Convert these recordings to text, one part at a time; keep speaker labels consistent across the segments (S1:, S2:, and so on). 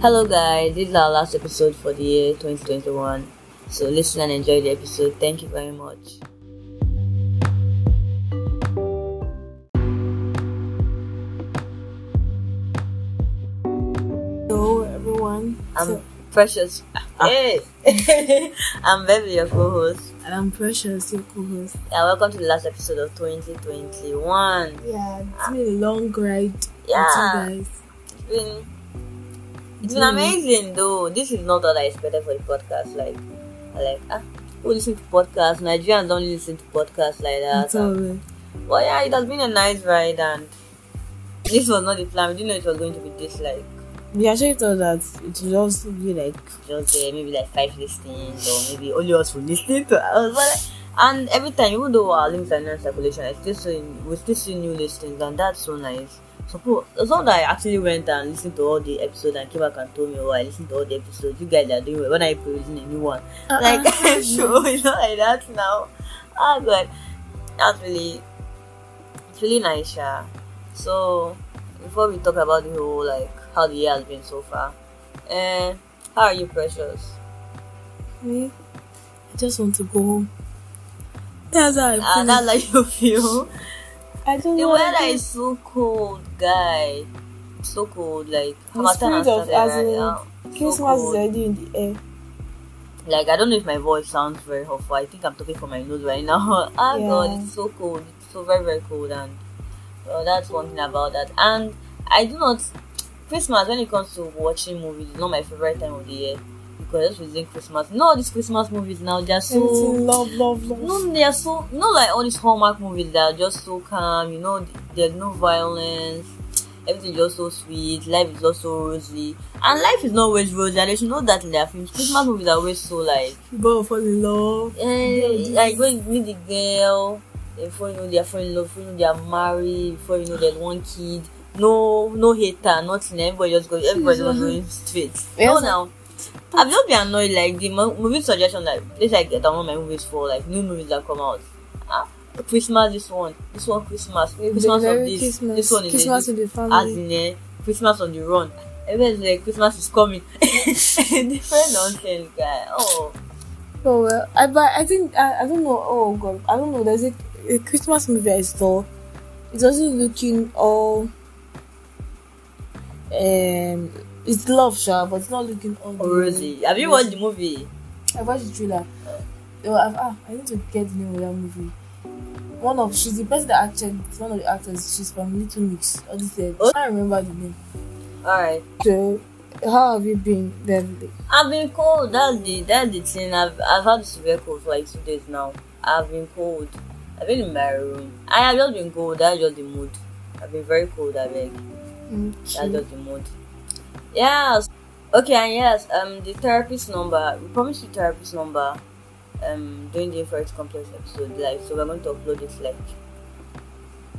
S1: Hello, guys. This is our last episode for the year 2021. So listen and enjoy the episode. Thank you very much.
S2: Hello, everyone.
S1: I'm
S2: So-
S1: Precious. Hey, I'm Bevy, your co-host,
S2: and I'm Precious, your co-host.
S1: and welcome to the last episode of 2021.
S2: Yeah, it's been a long ride
S1: Yeah.
S2: with you guys.
S1: It's been it's been
S2: Mm.
S1: amazing, though. This is not what I expected for the podcast. Like, I like ah, who listen to podcasts? Nigerians don't listen to podcasts like that.
S2: It's all right.
S1: Well, yeah, it has been a nice ride, and this was not the plan. We didn't know it was going to be this like
S2: We actually thought that it would also be like,
S1: just there, maybe like five listings, or maybe only us will listen to us. But like, and every time, even though our links are not in circulation, I still see we still see new listings, and that's so nice. Suppose some that I actually went and listened to all the episodes and came back and told me, "Oh, I listened to all the episodes. You guys are doing well. When are you producing a new one?" like show you know like that now oh god that's really it's really nice yeah so before we talk about the whole like how the year has been so far and how are you precious
S2: me, I just want to go home. That's how I feel.
S1: ah that's like you feel
S2: I just
S1: the
S2: want
S1: weather
S2: to-
S1: is so cold guy so cold like
S2: The
S1: Harmattan
S2: spirit
S1: and
S2: of
S1: stuff like that,
S2: Azul.
S1: yeah. So
S2: Christmas
S1: cold.
S2: is already in the air.
S1: like I don't know if my voice sounds very hurtful. I think I'm talking from my nose right now. Ah
S2: Yeah.
S1: god, it's so cold. It's so very very cold, and well, that's one thing about that. And I do not Christmas when it comes to watching movies. It's not my favorite time of the year because I just within Christmas. No, these Christmas movies now they're so
S2: Everything, love, love, love.
S1: no, they are so not like all these Hallmark movies that are just so calm. You know, there's no violence. Everything is just so sweet. Life is just so rosy, and life is not always rosy. And they should know that in their films. Christmas movies are always so like
S2: People will fall in love.
S1: Eh, like when you meet the girl, before you know they're falling in love, before you know they're married, before you know there's one kid. No, no hater, nothing. Everybody just goes, everybody was going straight. No,
S2: Yes.
S1: now. I've just been annoyed like the mo- movie suggestion like this I get download my movies for like new movies that come out. Ah, Christmas this one, this one Christmas, Christmas of
S2: very
S1: this,
S2: Christmas.
S1: this one is
S2: Christmas
S1: this.
S2: with the family.
S1: as in eh, Christmas on the run. Everybody's like Christmas is coming. Different nonsense, guy. Oh.
S2: Oh well, I but I think I, I don't know. Oh god, I don't know. There's a, a Christmas movie I saw. It doesn't looking all. Um, it's love, sure, but it's not looking all.
S1: Oh, Rosie. Have you watched the movie?
S2: I watched the trailer. Oh, I've, ah, I need to get the name of that movie. One of she's the person that acted. It's one of the actors. She's from Little Mix. All this. uh,
S1: Oh.
S2: I can't remember the name.
S1: Alright.
S2: So, how have you been, Beverly?
S1: I've been cold. That's the that's the thing. I've I've had severe cold for like two days now. I've been cold. I've been in my room. I have just been cold. That's just the mood. I've been very cold. I beg.
S2: Mm,
S1: That's just the mood. Yes. Okay. And yes. Um, the therapist number. We promised the therapist number. Um, during the first complex episode, like so, we're going to upload it like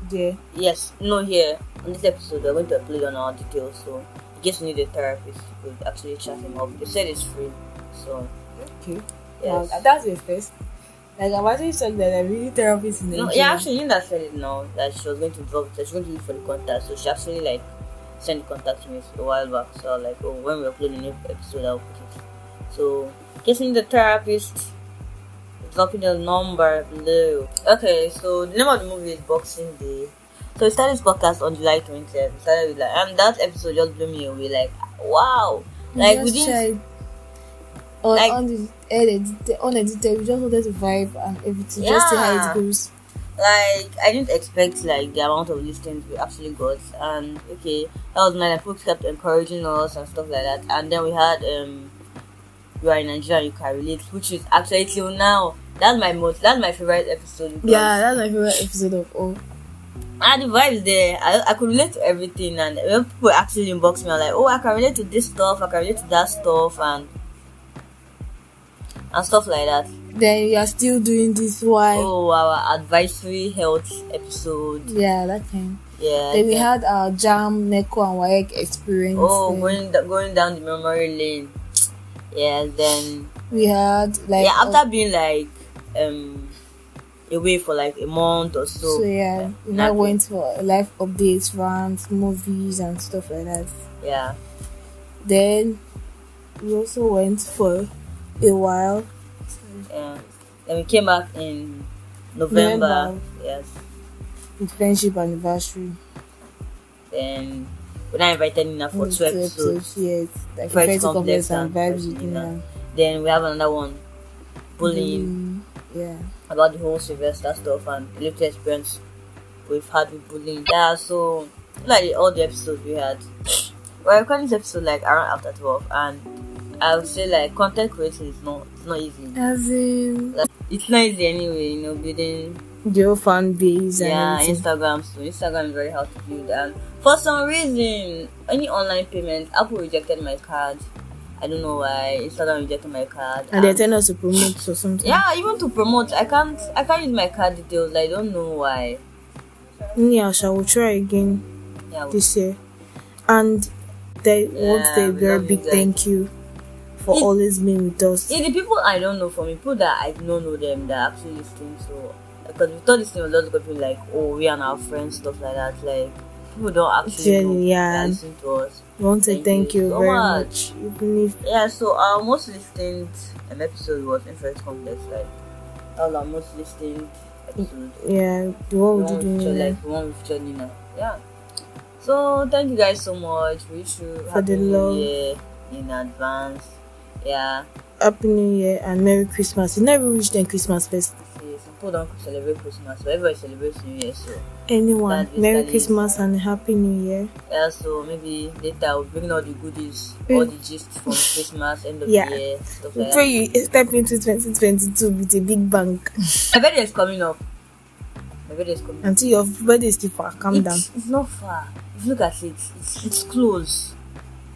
S2: Yeah.
S1: Yes, no, here on this episode, we're going to upload on our details. So, in case you need a therapist, you could actually chat him up. They said it's free, so
S2: Okay. Yeah,
S1: yes.
S2: that's the first. Like I've actually checked that there are really therapists in
S1: No,
S2: Nigeria.
S1: yeah, actually, Linda said it now that she was going to drop that she was going to look for the contact. So, she actually like sent the contact to me a while back. So, I was like, oh, when we upload the new episode, I'll put it. So, in case you need a therapist, dropping the number below. Okay, so the name of the movie is Boxing Day. So we started this podcast on July 20th. We started with like, and that episode just blew me away. Like, wow!
S2: We
S1: Like we
S2: just
S1: didn't.
S2: tried on,
S1: like-
S2: on the edit, on edited, we just wanted to vibe and everything, just see how
S1: Yeah.
S2: it goes.
S1: Like I didn't expect like the amount of listings we actually got. And okay, that was nice. And Folks kept encouraging us and stuff like that. And then we had um, you are in Nigeria, you can relate, which is actually till now. That's my most. That's my favorite episode. because
S2: Yeah, that's my favorite episode of all.
S1: and the vibes there. I, I could relate to everything, and when people actually inbox me, I'm like, oh, I can relate to this stuff, I can relate to that stuff, and and stuff like that.
S2: Then you are still doing this, why?
S1: Oh, our advisory health episode.
S2: Yeah, that kind.
S1: Yeah.
S2: then we
S1: yeah.
S2: had our jam, Neko and Waek experience.
S1: oh,
S2: then
S1: going da- going down the memory lane. Yeah. Then
S2: we had like
S1: yeah,
S2: uh,
S1: after being like um away for like a month or so.
S2: so yeah, we now
S1: nothing.
S2: went for life updates, rants, movies, and stuff like that.
S1: Yeah.
S2: Then we also went for a while.
S1: Yeah. Then we came back in November.
S2: November.
S1: Yes.
S2: with um, friendship anniversary.
S1: Then when I invited Nina for
S2: Mm,
S1: two episodes.
S2: Yes, like
S1: Friends
S2: friends
S1: complex
S2: complex and
S1: and
S2: vibes with
S1: Christina.
S2: Nina.
S1: Then we have another one, bullying.
S2: Mm, Yeah.
S1: about the whole Sylvester stuff and the little experience we've had with bullying. Yeah, so like all the episodes we had. We're recording this episode like around after twelve, and I would say like content creation is not it's not easy.
S2: As in
S1: It's not easy anyway, you know, building
S2: the whole fan base and
S1: yeah
S2: everything.
S1: Instagram. So Instagram is very hard to build, and for some reason, any online payment, Apple rejected my card. I don't know why Instagram rejected my card.
S2: and they're telling us to promote or something.
S1: yeah, even to promote, I can't I can't use my card details. I don't know why.
S2: Yeah, so I will try again
S1: Yeah, we-
S2: this year. And they want
S1: Yeah,
S2: a
S1: we
S2: very
S1: love you
S2: big
S1: guys.
S2: thank you for
S1: It-
S2: always being with us.
S1: Yeah, the people I don't know from people that I don't know them that are actually listening. So, because we thought this thing was just gonna be like, oh, we and our friends, stuff like that. Like, people don't actually
S2: Yeah,
S1: know that
S2: yeah.
S1: listen to us.
S2: we want to
S1: Thank
S2: thank
S1: you
S2: you,
S1: so
S2: very
S1: much.
S2: much. Even if
S1: Yeah, so our most listened um, episode was Interest Complex. Like, that was our most listened episode.
S2: yeah, the one we
S1: the
S2: Oh,
S1: one with
S2: did in-
S1: Cho- like, the one with Cholina. Yeah. So, thank you guys so much. Wish you
S2: For the
S1: happy new
S2: love.
S1: year in advance. Yeah.
S2: Happy New Year and Merry Christmas. You never reached them Christmas first.
S1: See, some people don't celebrate Christmas, but everybody celebrates New Year, so.
S2: Anyone,
S1: That is
S2: Merry
S1: the
S2: Christmas and Happy New Year.
S1: Yeah, so maybe later I'll bring all the goodies,
S2: Mm.
S1: all the gist from Christmas, end of
S2: Yeah.
S1: the year, stuff
S2: We
S1: like
S2: pray
S1: that.
S2: you step into 2022 with a big bang.
S1: My birthday is coming up. My birthday is coming up.
S2: Until your birthday is still far, Um, calm
S1: it's,
S2: down.
S1: It's not far. If you look at it, it's, it's close.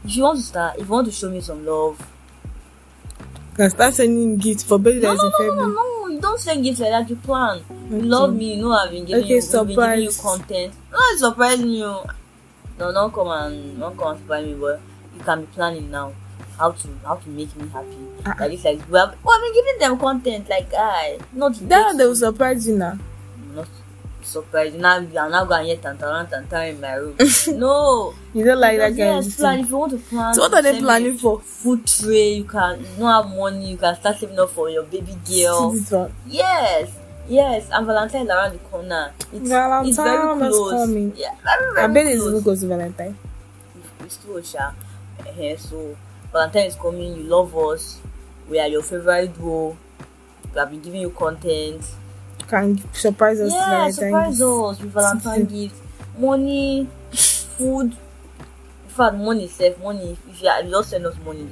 S1: If you want to start, if you want to show me some love,
S2: You can start sending gifts for birthday
S1: no,
S2: that is
S1: no,
S2: in
S1: no, no,
S2: February.
S1: no, you don't send gifts like that. You plan. You love me. You know I've been giving
S2: Okay,
S1: you, we've been giving you
S2: surprise.
S1: content. No, it surprise me. oh. No, don't come and don't come and surprise me. But you can be planning now how to how to make me happy.
S2: Ah,
S1: Like it's like we have, we have been giving them content. Like I not
S2: That they will surprise you now.
S1: not surprise. Now I'm now going yet and around and in my room. no,
S2: You don't like that kind of
S1: yes, plan
S2: thing.
S1: if you want to plan.
S2: So what are they
S1: send me
S2: planning for?
S1: Food tray. You can you don't have money. You can start saving up for your baby girl.
S2: See this one.
S1: Yes, yes, and Valentine is around the corner. It's, it's very
S2: Valentine is
S1: close.
S2: coming.
S1: Yeah, very,
S2: I
S1: very
S2: bet it's
S1: close.
S2: even close to Valentine.
S1: It's close, yeah. Eh, so Valentine is coming. You love us. We are your favorite duo. We have been giving you content.
S2: Can surprise us
S1: yeah,
S2: with Valentine.
S1: surprise us with Valentine gifts, money, food. In fact, money safe money. If- If you, are, if you just send us money,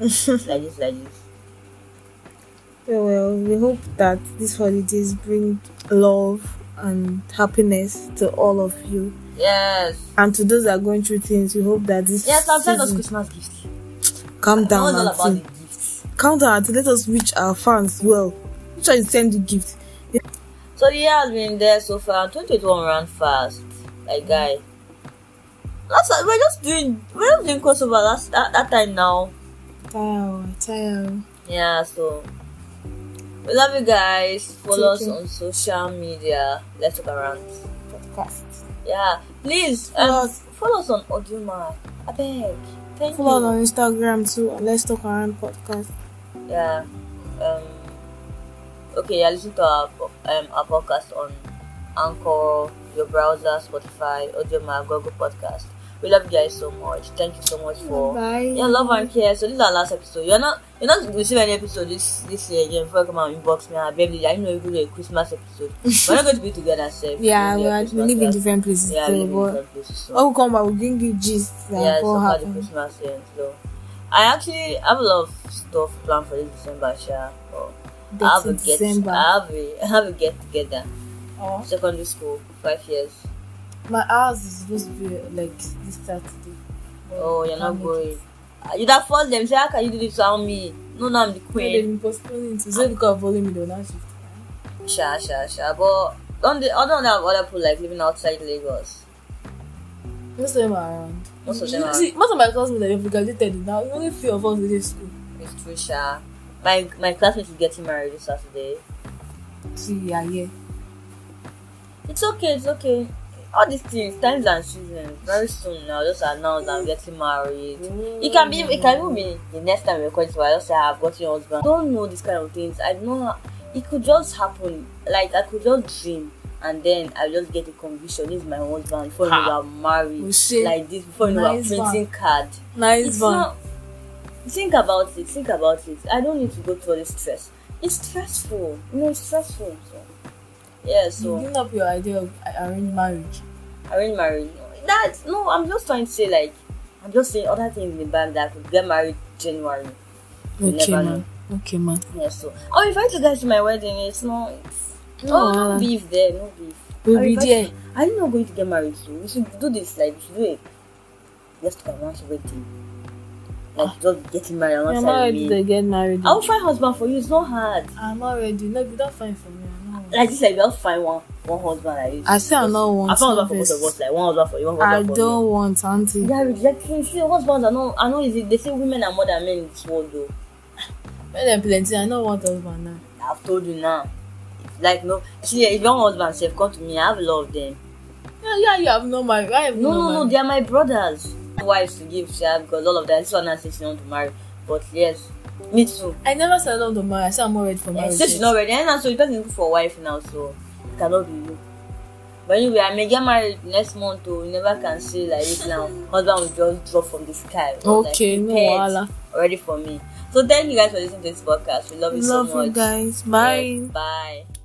S1: it's okay. like this, like this.
S2: So, well, we hope that these holidays bring love and happiness to all of you.
S1: Yes.
S2: And to those that are going through things, we hope that this
S1: Yes, and send us
S2: season-
S1: Christmas gifts.
S2: calm
S1: No
S2: down,
S1: one's all about
S2: auntie.
S1: the gifts.
S2: Calm down, auntie. Let us reach our fans well. Make sure you send the gift.
S1: So the year has been there so far. and 2021 ran fast, like guy. Last time, we're just doing we're just doing crossover last that, that time now.
S2: Tire, tire.
S1: Yeah, so we love you guys. Follow us
S2: Thank you.
S1: on social media. Let's talk around.
S2: Podcast.
S1: Yeah, please
S2: Follow
S1: um,
S2: us.
S1: follow us on Audioma. I beg. Thank
S2: Follow us
S1: you.
S2: on Instagram too. and Let's talk around podcast.
S1: Yeah. Um. Okay, yeah. Listen to our po- um our podcast on Anchor, your browser, Spotify, AudioMa, Google Podcast. We love you guys so much. Thank you so much for
S2: Bye.
S1: yeah love and care. So this is our last episode. You're not you're not receiving any episode this this year again. Before you come out inbox me, ah, baby, I know you do a Christmas episode. we're not going to be together, safe.
S2: Yeah, we, are, we live in different places.
S1: yeah,
S2: so,
S1: we live in
S2: but-
S1: different places. So.
S2: Oh, come back. We'll bring you gist. Like,
S1: Yeah, it's
S2: what
S1: about the
S2: happened.
S1: Christmas thing. So, I actually have a lot of stuff planned for this December, sure. I have a
S2: That's in
S1: get,
S2: December.
S1: I have a, I have a get together.
S2: Oh.
S1: Secondary school, five years.
S2: My house is supposed to be like this Saturday.
S1: Oh, you're not
S2: Can't make
S1: going.
S2: it.
S1: Ah, You that force them. Say, how can you do this without me? No, no, I'm the
S2: No, they've
S1: queen.
S2: been postponing it. It's only because of volume though. Now shift.
S1: Sure, sure, sure. But on the other have other people like living outside Lagos.
S2: Most of them are around.
S1: Most of them
S2: You
S1: are-
S2: See, most of my classmates are obligated now. Only three of us in this school.
S1: It's true, sure. My my classmate is getting married this Saturday.
S2: See, yeah, yeah.
S1: It's okay, it's okay. all these things, times and seasons. Very soon, I'll just announce I'm getting married. It can be, it can even be the next time we record this. I just say I've got your husband. Don't know these kind of things. I don't know. how- It could just happen. Like I could just dream, and then I just get a conviction. This is my husband. Before you know, I'm married.
S2: Oh, shit.
S1: Like this. Before you know, I'm
S2: Nice one.
S1: printing card.
S2: Nice one.
S1: not- Think about it. Think about it. I don't need to go through all this stress. It's stressful. You know, it's stressful. So. Yeah. So.
S2: You've given up your idea of a- arranged marriage.
S1: arranged marriage. That no, I'm just trying to say like I'm just saying other things in the bank that I could get married January. You
S2: Okay,
S1: never
S2: man. Okay, man.
S1: Yeah, so Oh, I'll invite you guys to my wedding. It's not it's
S2: No,
S1: no, no
S2: Alan.
S1: beef there, no beef.
S2: We'll
S1: I'll
S2: be
S1: invite
S2: there.
S1: you. Are you not going to get married soon? We should do this like we should do it. Just come once wedding. Like just getting married
S2: I'm
S1: once
S2: not
S1: I
S2: ready to
S1: mean.
S2: get married.
S1: I'll find husband for you, it's not hard.
S2: I'm not ready. No, you don't find for me. I'm not ready.
S1: Like this like I'll find one one husband like this.
S2: I say I no want
S1: I found husband for
S2: this.
S1: both of us, like one husband for you, one
S2: I
S1: husband for me.
S2: don't want auntie.
S1: They are rejecting. See, husbands are not. I know is it. They say women are more than men in this world, though.
S2: When there plenty, I don't want husband now.
S1: I've told you now. Like no, see, if your husband have come to me, I have a lot of them.
S2: Yeah, yeah, you have no marriage. I have
S1: No, no, no,
S2: marriage.
S1: they are my brothers. Wives to give, she have because all of that. This one now says she want to marry, but yes, me too.
S2: I never said I don't want to marry. I said I'm not ready for
S1: Yeah,
S2: marriage.
S1: since she's not ready, and now so the person is looking for a wife now, so it cannot be you. But anyway, I may get married next month, or you never can say like this now. Husband will just drop from the sky. or, like,
S2: Okay, no
S1: prepared
S2: wahala.
S1: Already for me. So thank you guys for listening to this podcast. We love you
S2: Love
S1: so much.
S2: you guys. Bye.
S1: Yes, bye.